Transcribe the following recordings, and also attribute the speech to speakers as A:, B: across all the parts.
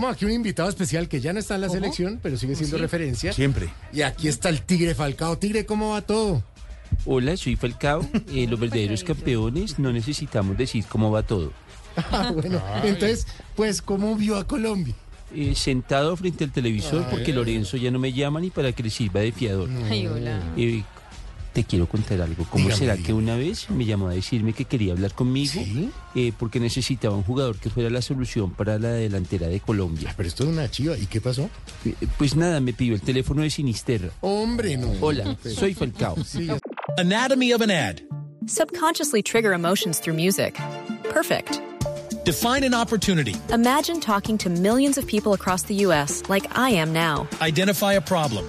A: Tenemos aquí un invitado especial que ya no está en la selección, pero sigue siendo referencia.
B: Siempre.
A: Y aquí está el Tigre Falcao. Tigre, ¿cómo va todo?
C: Hola, soy Falcao. Eh, los verdaderos campeones no necesitamos decir cómo va todo.
A: Ah, bueno, entonces, pues, ¿cómo vio a Colombia?
C: Eh, sentado frente al televisor
A: Ah.
C: porque Lorenzo ya no me llama ni para que le sirva de fiador.
D: Ay, hola.
C: Eh, te quiero contar algo. ¿Cómo
A: Dígame,
C: será
A: dígame.
C: que una vez me llamó a decirme que quería hablar conmigo
A: ¿Sí?
C: eh, porque necesitaba un jugador que fuera la solución para la delantera de Colombia?
A: Ah, Pero esto es una chiva. ¿Y qué pasó?
C: Eh, pues nada, me pidió el teléfono de Sinisterra.
A: Hombre, no.
C: Hola, soy Falcao.
E: Anatomy of an ad.
F: Subconsciously trigger emotions through music. Perfect.
E: Define an opportunity.
F: Imagine talking to millions of people across the U.S. like I am now.
E: Identify a problem.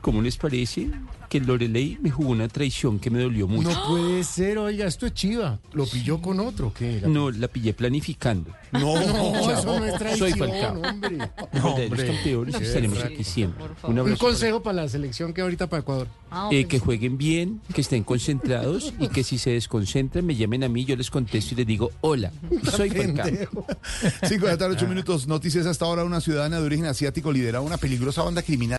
C: ¿Cómo les parece que Lorelei me jugó una traición que me dolió mucho?
A: No puede ser, oiga, esto es chiva. Lo pilló con otro, ¿qué? La-
C: No, la pillé planificando.
A: No, eso no es
C: Soy
A: traición,
C: Falcao.
A: hombre.
C: Los verdaderos
A: hombre.
C: campeones
A: No,
C: estaremos
A: qué
C: aquí siempre.
D: por favor.
C: Un
A: Un
C: abrazo.
A: consejo para la selección que ahorita para Ecuador.
D: Ah,
C: Eh,
D: pues,
C: que jueguen bien, que estén concentrados y que si se desconcentran me llamen a mí, yo les contesto y les digo, hola, soy Falcao.
B: 5 de la tarde, 8 minutos. Noticias hasta ahora. Una ciudadana de origen asiático lideraba una peligrosa banda criminal.